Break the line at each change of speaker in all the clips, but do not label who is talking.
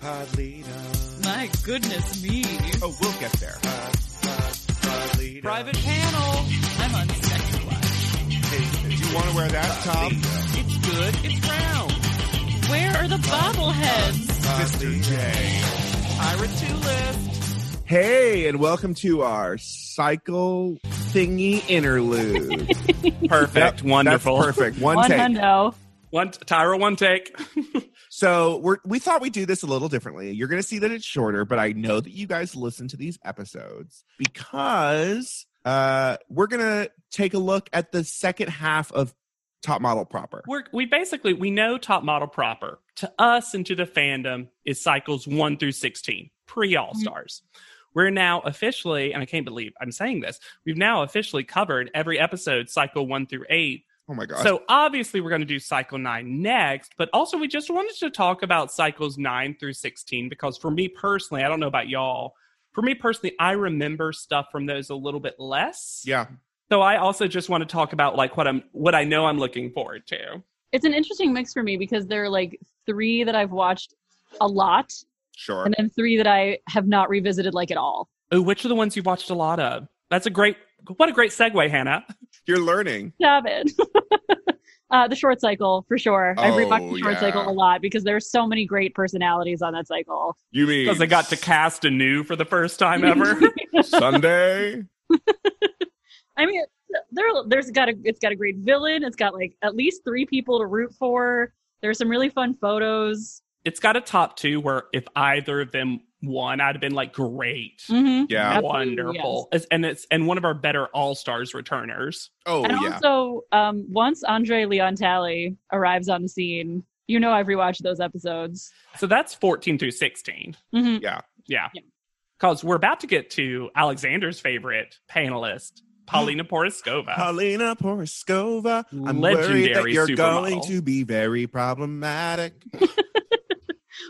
Podlita.
My goodness me.
Oh, we'll get there.
Pod, pod, Podlita.
Private panel. I'm on second watch.
Hey,
Do you want to wear that, Tom?
It's good. It's round. Where are the bobbleheads?
Mr. J.
Ira Tulip.
Hey, and welcome to our cycle thingy interlude.
Perfect. Wonderful.
That's perfect. One,
One
take.
hundo.
One Tyra, one take.
So we're, we thought we'd do this a little differently. You're going to see that it's shorter, but I know that you guys listen to these episodes because uh, we're going to take a look at the second half of Top Model Proper.
We're, we basically we know top model proper to us and to the fandom is cycles one through sixteen pre All Stars. We're now officially, and I can't believe I'm saying this. We've now officially covered every episode, cycle one through eight.
Oh my gosh.
So obviously, we're going to do cycle nine next, but also we just wanted to talk about cycles nine through 16 because for me personally, I don't know about y'all. For me personally, I remember stuff from those a little bit less.
yeah.
So I also just want to talk about like what I'm what I know I'm looking forward to.
It's an interesting mix for me because there are like three that I've watched a lot,
Sure.
and then three that I have not revisited like at all.
Oh, which are the ones you've watched a lot of? That's a great what a great segue, Hannah.
You're learning.
Stop it. uh, the short cycle for sure. I've rewatched
Oh,
the short
yeah.
cycle a lot because there's so many great personalities on that cycle.
You mean
Because I got to cast anew for the first time ever.
Sunday?
I mean, there there's got a it's got a great villain. It's got like at least three people to root for. There's some really fun photos.
it's got a top two where if either of them won, I'd have been like, great.
Mm-hmm.
Yeah.
Absolutely,
Wonderful. It's- And it's and one of our better all stars returners.
Oh,
and
yeah.
also, um, once Andre Leon Talley arrives on the scene, you know I've rewatched those episodes.
So that's 14 through 16.
Mm-hmm.
Yeah.
Yeah.
Because we're about to get to Alexander's favorite panelist, Paulina Poroskova.
Paulina Poroskova. I'm worried that
uh, Legendary
you're
supermodel.
going to be very problematic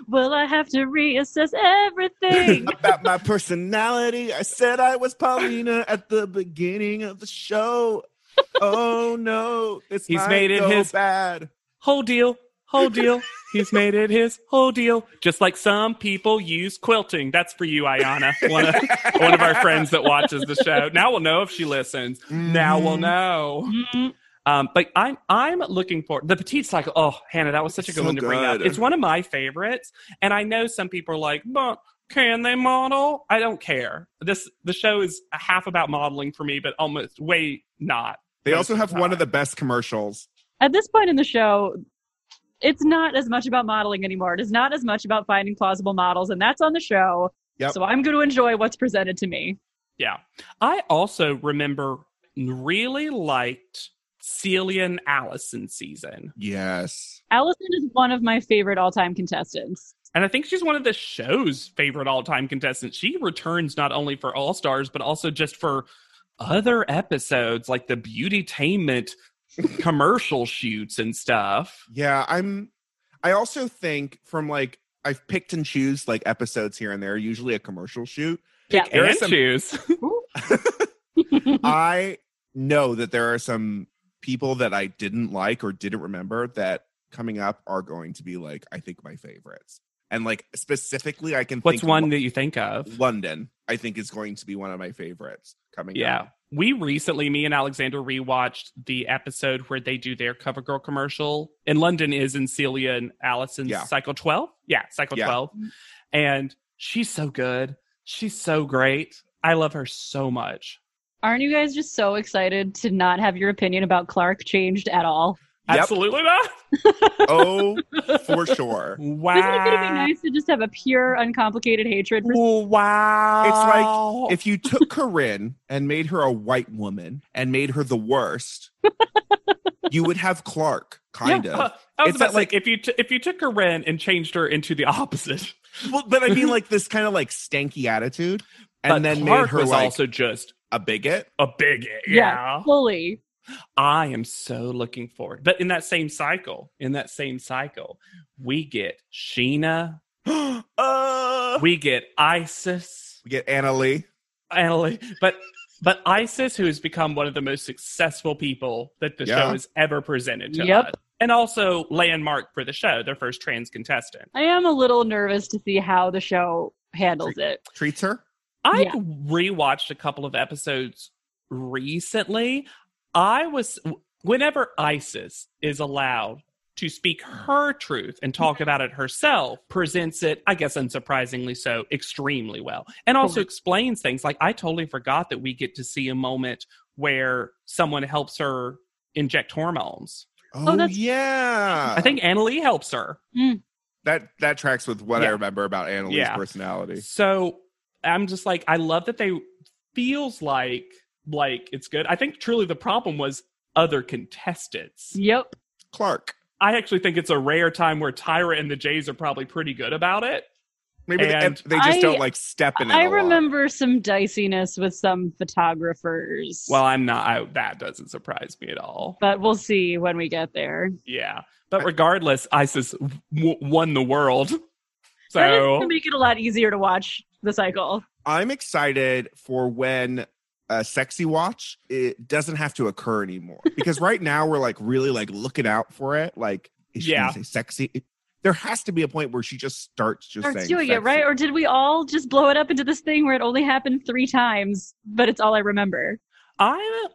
Will I have to reassess everything?
about my personality. I said I was Paulina at the beginning of the show. Oh no, this
He's
might
made it
go
his-
bad.
whole deal, whole deal. He's made it his whole deal. Just like some people use quilting. That's for you, Ayana, one of, one of our friends that watches the show. Now we'll know if she listens. Now
Mm.
we'll know.
Mhm.
Um, but I'm I'm looking for the petite cycle. Oh, Hannah, that was such a good
So
one to bring up.
good.
It's one of my favorites, and I know some people are like, "But can they model?" I don't care. This the show is half about modeling for me, but almost way not.
They
Most
also
of
have
the
one of
time.
the best commercials.
At this point in the show, it's not as much about modeling anymore. It is not as much about finding plausible models, and that's on the show.
Yep.
So I'm going to enjoy what's presented to me.
Yeah. I also remember really liked Celia and Allison season.
Yes.
Allison is one of my favorite all-time contestants.
And I think she's one of the show's favorite all time contestants. She returns not only for All Stars, but also just for other episodes like the Beautytainment commercial shoots and stuff.
Yeah, I'm I also think from like I've picked and choose like episodes here and there, usually a commercial shoot.
Yeah.
There are
and
some-
choose. Mm-hmm.
I know that there are some people that I didn't like or didn't remember that coming up are going to be like I think my favorites. And like specifically I can
What's
think
one
Lo-
that you think of?
London I think is going to be one of my favorites coming
Yeah.
up.
We recently, me and Alexander rewatched the episode where they do their cover girl commercial. And London is in Celia and Allison's
Yeah.
Cycle 12. Yeah, Cycle
Yeah.
12. And she's so good. She's so great. I love her so much.
Aren't you guys just so excited to not have your opinion about Clark changed at all?
Yep.
Absolutely not.
Oh, for sure.
Wow.
Isn't it going to be
Ah.
nice to just have a pure, uncomplicated hatred for?
wow.
If you took Corinne and made her a white woman and made her the worst, you would have Clark kind
Yeah.
of.
Uh, I was
It's
about
that,
to say,
like-
if you t- if you took Corinne and changed her into the opposite,
Well, but I mean like this kind of like stanky attitude and
but
then
Clark
made her
was
like
also just
a bigot.
a bigot. yeah.
fully.
I am so looking forward. But in that same cycle, in that same cycle, we get Sheena,
uh,
we get Isis,
we get Anna Lee.
Annalie, but but Isis, who has become one of the most successful people that the
Yeah.
show has ever presented to
Yep.
us. and also landmark for the show, their first trans contestant.
I am a little nervous to see how the show handles it.
Treats her.
I
Yeah.
rewatched a couple of episodes recently. I was whenever Isis is allowed to speak her truth and talk about it herself, presents it, I guess unsurprisingly so, extremely well. And also
Correct.
explains things. Like I totally forgot that we get to see a moment where someone helps her inject hormones.
Oh,
that's-
yeah.
I think Annalie helps her.
that that tracks with what I
Yeah.
remember about Annalise's
Yeah.
personality.
So I'm just like, I love that they feels like like it's good. I think truly the problem was other contestants.
Yep.
Clark.
I actually think it's a rare time where Tyra and the Jays are probably pretty good about it.
Maybe they,
And-
they just
I-
don't like stepping in.
I
a lot.
remember some diciness with some photographers.
Well, I'm not. I, that doesn't surprise me at all.
but we'll see when we get there.
Yeah, but regardless, ISIS w- won the world.
that is gonna
So
make it a lot easier to watch the cycle.
I'm excited for when a sexy watch it doesn't have to occur anymore because right now we're like really like looking out for it. Like, is she gonna
Yeah.
say sexy? It- there has to be a point where she just starts just
Starts
saying
doing it
sexy.
right, or did we all just blow it up into this thing where it only happened three times, but it's all I remember?
I'm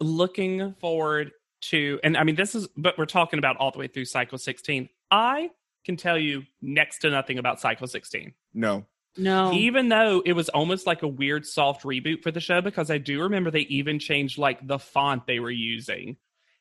looking forward to, and I mean, this is, but we're talking about all the way through cycle 16. I can tell you next to nothing about cycle 16.
No,
No.
even though it was almost like a weird soft reboot for the show because i do remember they even changed like the font they were using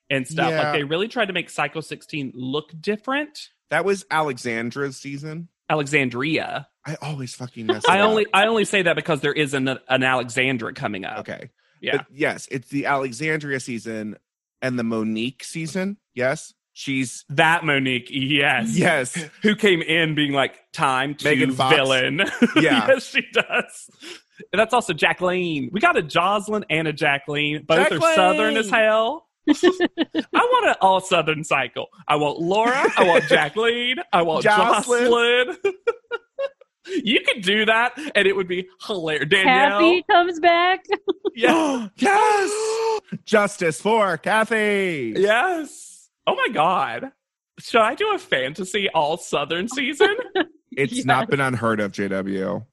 and stuff
Yeah.
like they really tried to make psycho 16 look different
that was Alexandra's season.
alexandria
I always fucking mess. it
i
up.
only i only say that because there is an, an alexandra coming up
okay.
yeah
But yes, it's the Alexandria season and the Monique season. Yes, she's
that monique yes
yes.
who came in being like time to
Megan Fox.
villain
Yeah.
yes she does and that's also jacqueline we got a jocelyn and a jacqueline both are southern as
Jacqueline!
hell i want an all southern cycle i want laura i want jacqueline i want
Jocelyn.
jocelyn, you could do that and it would be hilarious danielle
Kathy comes back.
yeah.
yes, justice for Kathy.
yes oh my god should i do a fantasy all southern season
It's
Yes.
not been unheard of, JW.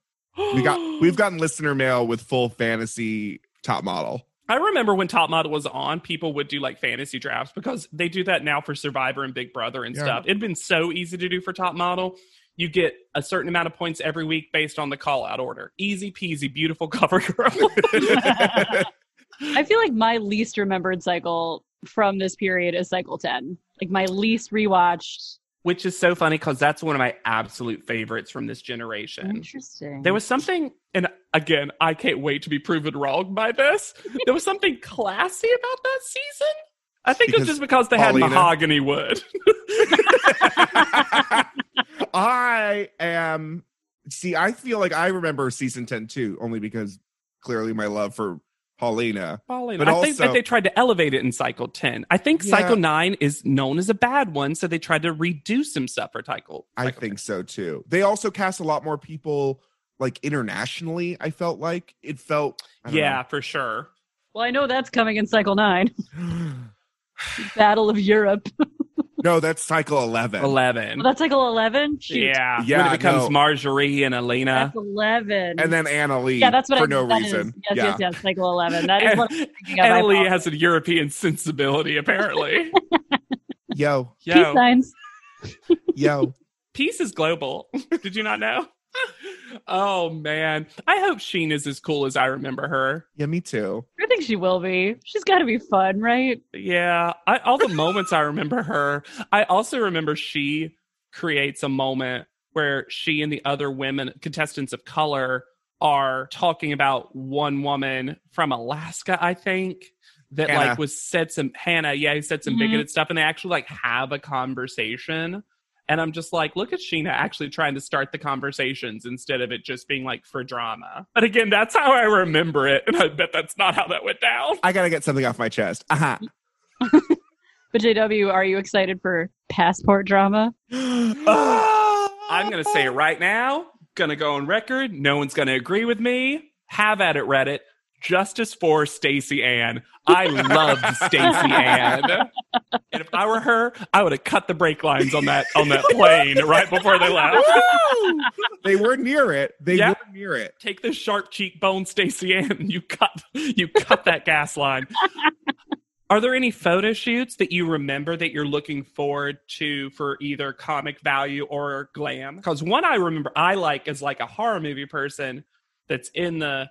We got we've gotten listener mail with full fantasy top model.
I remember when Top Model was on, people would do like fantasy drafts because they do that now for Survivor and Big Brother and
Yeah.
stuff. It'd been so easy to do for Top Model. You get a certain amount of points every week based on the call out order. Easy peasy, beautiful cover girl.
I feel like my least remembered cycle from this period is cycle 10. Like my least rewatched.
Which is so funny because that's one of my absolute favorites from this generation.
Interesting.
There was something, and again, I can't wait to be proven wrong by this. There was something classy about that season. I think it
Because
was just because they
Paulina-
had mahogany wood.
I am see, I feel like I remember season 10 too, only because clearly my love for Paulina.
Paulina.
But
I think
also-
that they tried to elevate it in cycle 10. I think
Yeah.
cycle 9 is known as a bad one, so they tried to reduce some stuff for cycle.
I
cycle
think so too. They also cast a lot more people like internationally, I felt like. It felt
10. Yeah, for sure.
well, I know that's coming in cycle 9,
yeah.
Battle of Europe.
no, that's cycle 11.
11.
Well, that's cycle 11? Shoot.
yeah.
Yeah,
When it becomes
no.
Marjorie and Elena.
That's 11.
And then Anna Lee
yeah, that's what
for
I
no
that is-
reason.
yes,
yeah.
yes, yes. Cycle 11. That is
And-
what I'm thinking of. I
Emily
apologize.
has a European sensibility, apparently.
Yo,
Peace
Yo,
signs.
yo.
peace is global. Did you not know? oh, man. I hope Sheen is as cool as I remember her.
yeah, me too.
I think she will be. She's got to be fun, right?
Yeah, I, all the moments I remember her. I also remember she creates a moment where she and the other women contestants of color are talking about one woman from Alaska, I think, that
Hannah.
like was said some Hannah, yeah, who said some
Mhm.
bigoted stuff, and they actually like have a conversation. And I'm just like, look at Sheena actually trying to start the conversations instead of it just being like for drama. But again, that's how I remember it. And I bet that's not how that went down.
I gotta get something off my chest. Uh-huh.
But JW, are you excited for passport drama?
I'm going to say it right now. Going to go on record. No one's going to agree with me. Have at it, Reddit. Justice for Stacy Ann. I loved Stacy Ann. And if I were her, I would have cut the brake lines on that on that plane right before they left.
Woo! they were near it. They
Yeah.
were near it.
Take the sharp cheekbone, Stacy Ann, and you cut you cut that gas line. Are there any photo shoots that you remember that you're looking forward to for either comic value or glam? Because one I remember I like is like a horror movie person that's in the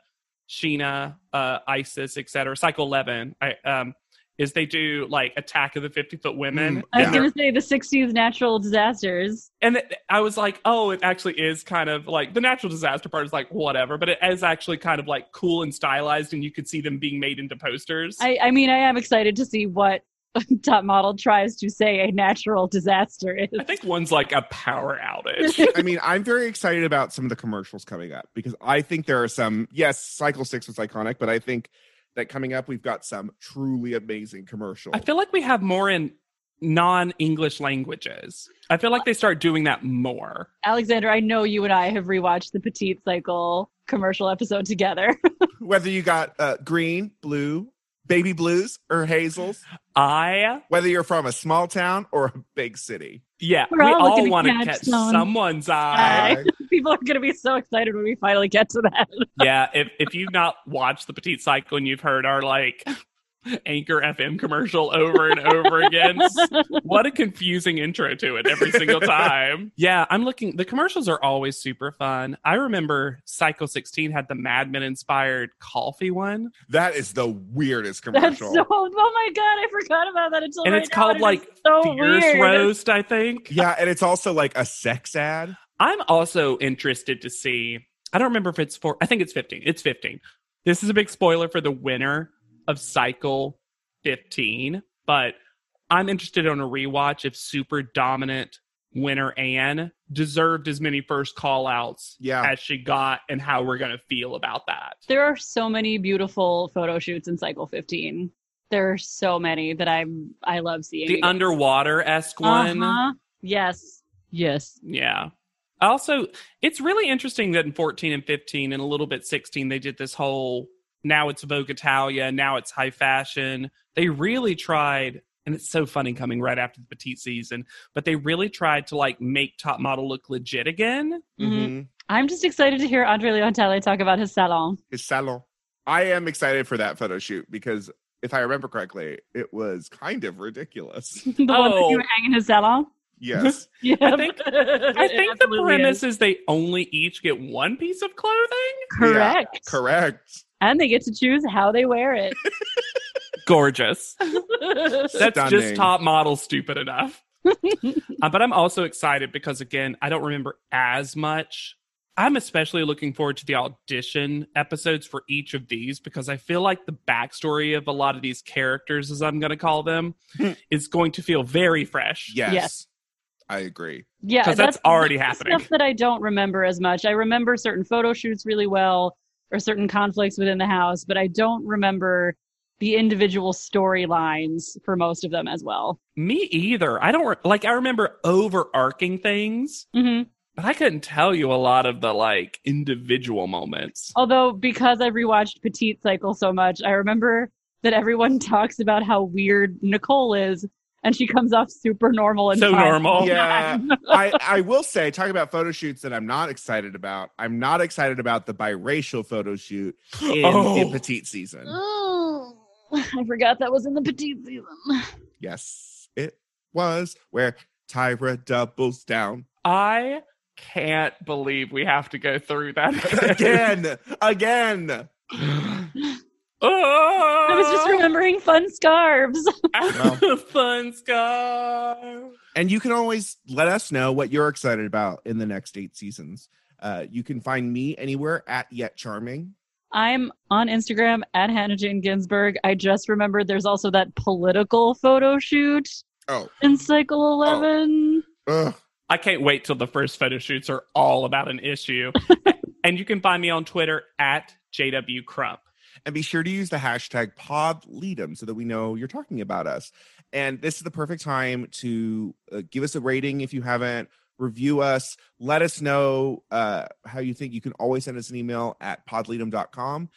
Sheena, uh, ISIS, etc. Cycle Eleven. I, um, is they do like Attack of the Fifty Foot Women.
Mm,
I was
Yeah.
gonna say the '60s natural disasters.
And it, I was like, oh, it actually is kind of like the natural disaster part is like whatever, but it is actually kind of like cool and stylized, and you could see them being made into posters.
I, I mean, I am excited to see what Top Model tries to say a natural disaster is.
I think one's like a power outage.
I mean, I'm very excited about some of the commercials coming up because I think there are some. Yes, Cycle Six was iconic, but I think that coming up we've got some truly amazing commercials.
I feel like we have more in non English languages. I feel like they start doing that more.
Alexander, I know you and I have rewatched the Petite Cycle commercial episode together.
whether you got uh, green, blue, baby blues, or hazels,
I,
whether you're from a small town or a big city.
yeah,
We're
we
all
all,
looking to
want to
catch
catch,
someone.
someone's eye.
Aye. People are going to be so excited when we finally get to that.
yeah, if, if you've not watched the Petite Cycle and you've heard our like Anchor FM commercial over and over again, what a confusing intro to it every single time. yeah, I'm looking. The commercials are always super fun. I remember Cycle 16 had the Mad Men inspired coffee one,
that is the weirdest
That's
commercial.
so. Oh my god, I forgot about that until
And
right
it's
now,
called,
it is
like,
so Oh,
Fierce
weird.
Roast, I think.
yeah, and it's also like a sex ad.
I'm also interested to see. I don't remember if it's four. I think it's 15. It's 15. This is a big spoiler for the winner of Cycle 15, but I'm interested on a rewatch if super dominant winner Anne deserved as many first call outs
Yeah.
as she got and how we're going to feel about that.
There are so many beautiful photo shoots in Cycle 15. There are so many that I'm I love seeing.
The
again.
underwater esque one.
Uh-huh. Yes. Yes.
Yeah. Also, it's really interesting that in 14 and 15 and a little bit 16, they did this whole now it's Vogue Italia, now it's high fashion. They really tried, and it's so funny coming right after the petite season, but they really tried to like make top model look legit again.
Mm-hmm.
Mhm. I'm just excited to hear Andre Leontale talk about his salon.
His salon. I am excited for that photo shoot because if I remember correctly, it was kind of ridiculous.
the one that
Oh.
you hang in his salon.
Yes.
Yeah,
I think- I
I
think the premise is. they only each get one piece of clothing.
correct.
Correct.
And they get to choose how they wear it.
Gorgeous. That's
Stunning.
just top model stupid enough. Uh, but I'm also excited because again, I don't remember as much. I'm especially looking forward to the audition episodes for each of these because I feel like the backstory of a lot of these characters, as I'm going to call them, is going to feel very fresh.
Yes.
Yes.
I agree.
yeah,
'Cause that's already
the
happening.
Stuff that I don't remember as much. I remember certain photo shoots really well, or certain conflicts within the house, but I don't remember the individual storylines for most of them as well.
Me either. I don't re- like, I remember overarching things,
hmm
but I couldn't tell you a lot of the like individual moments.
Although, because I've rewatched Petite Cycle so much, I remember that everyone talks about how weird Nicole is, and she comes off super normal and
So
fine.
normal. Uh,
Yeah. I, I will say, talking about photo shoots that I'm not excited about, I'm not excited about the biracial photo shoot in the
Oh.
petite season.
Oh, I forgot that was in the petite season.
Yes, it was where Tyra doubles down
I can't believe we have to go through that
again, again.
oh,
I was just remembering fun scarves.
fun scarf.
And you can always let us know what you're excited about in the next eight seasons. Uh, you can find me anywhere at Yet Charming.
I'm on Instagram at Hannah Jane Ginsburg. I just remembered there's also that political photo shoot
Oh,
in Cycle 11.
ugh.
I can't wait till the first photo shoots are all about an issue. and you can find me on Twitter at JW Crump.
And be sure to use the hashtag podleadem so that we know you're talking about us. And this is the perfect time to uh, give us a rating if you haven't, review us, let us know uh, how you think. You can always send us an email at podleadem.com.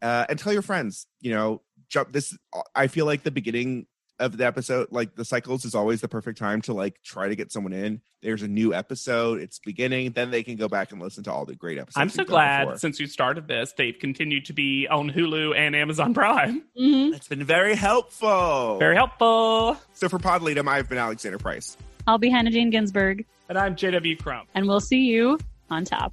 uh, and tell your friends. You know, jump this. uh, I feel like the beginning of the episode, like the cycles, is always the perfect time to like try to get someone in. There's a new episode. It's beginning. Then they can go back and listen to all the great episodes.
I'm so
we've done
glad
before.
since you started this, they've continued to be on Hulu and Amazon Prime.
hmm
It's been very helpful.
Very helpful.
so for Podleadum, I've been Alexander Price.
I'll be Hannah Jane Ginsburg,
And I'm JW Crump.
and we'll see you on top.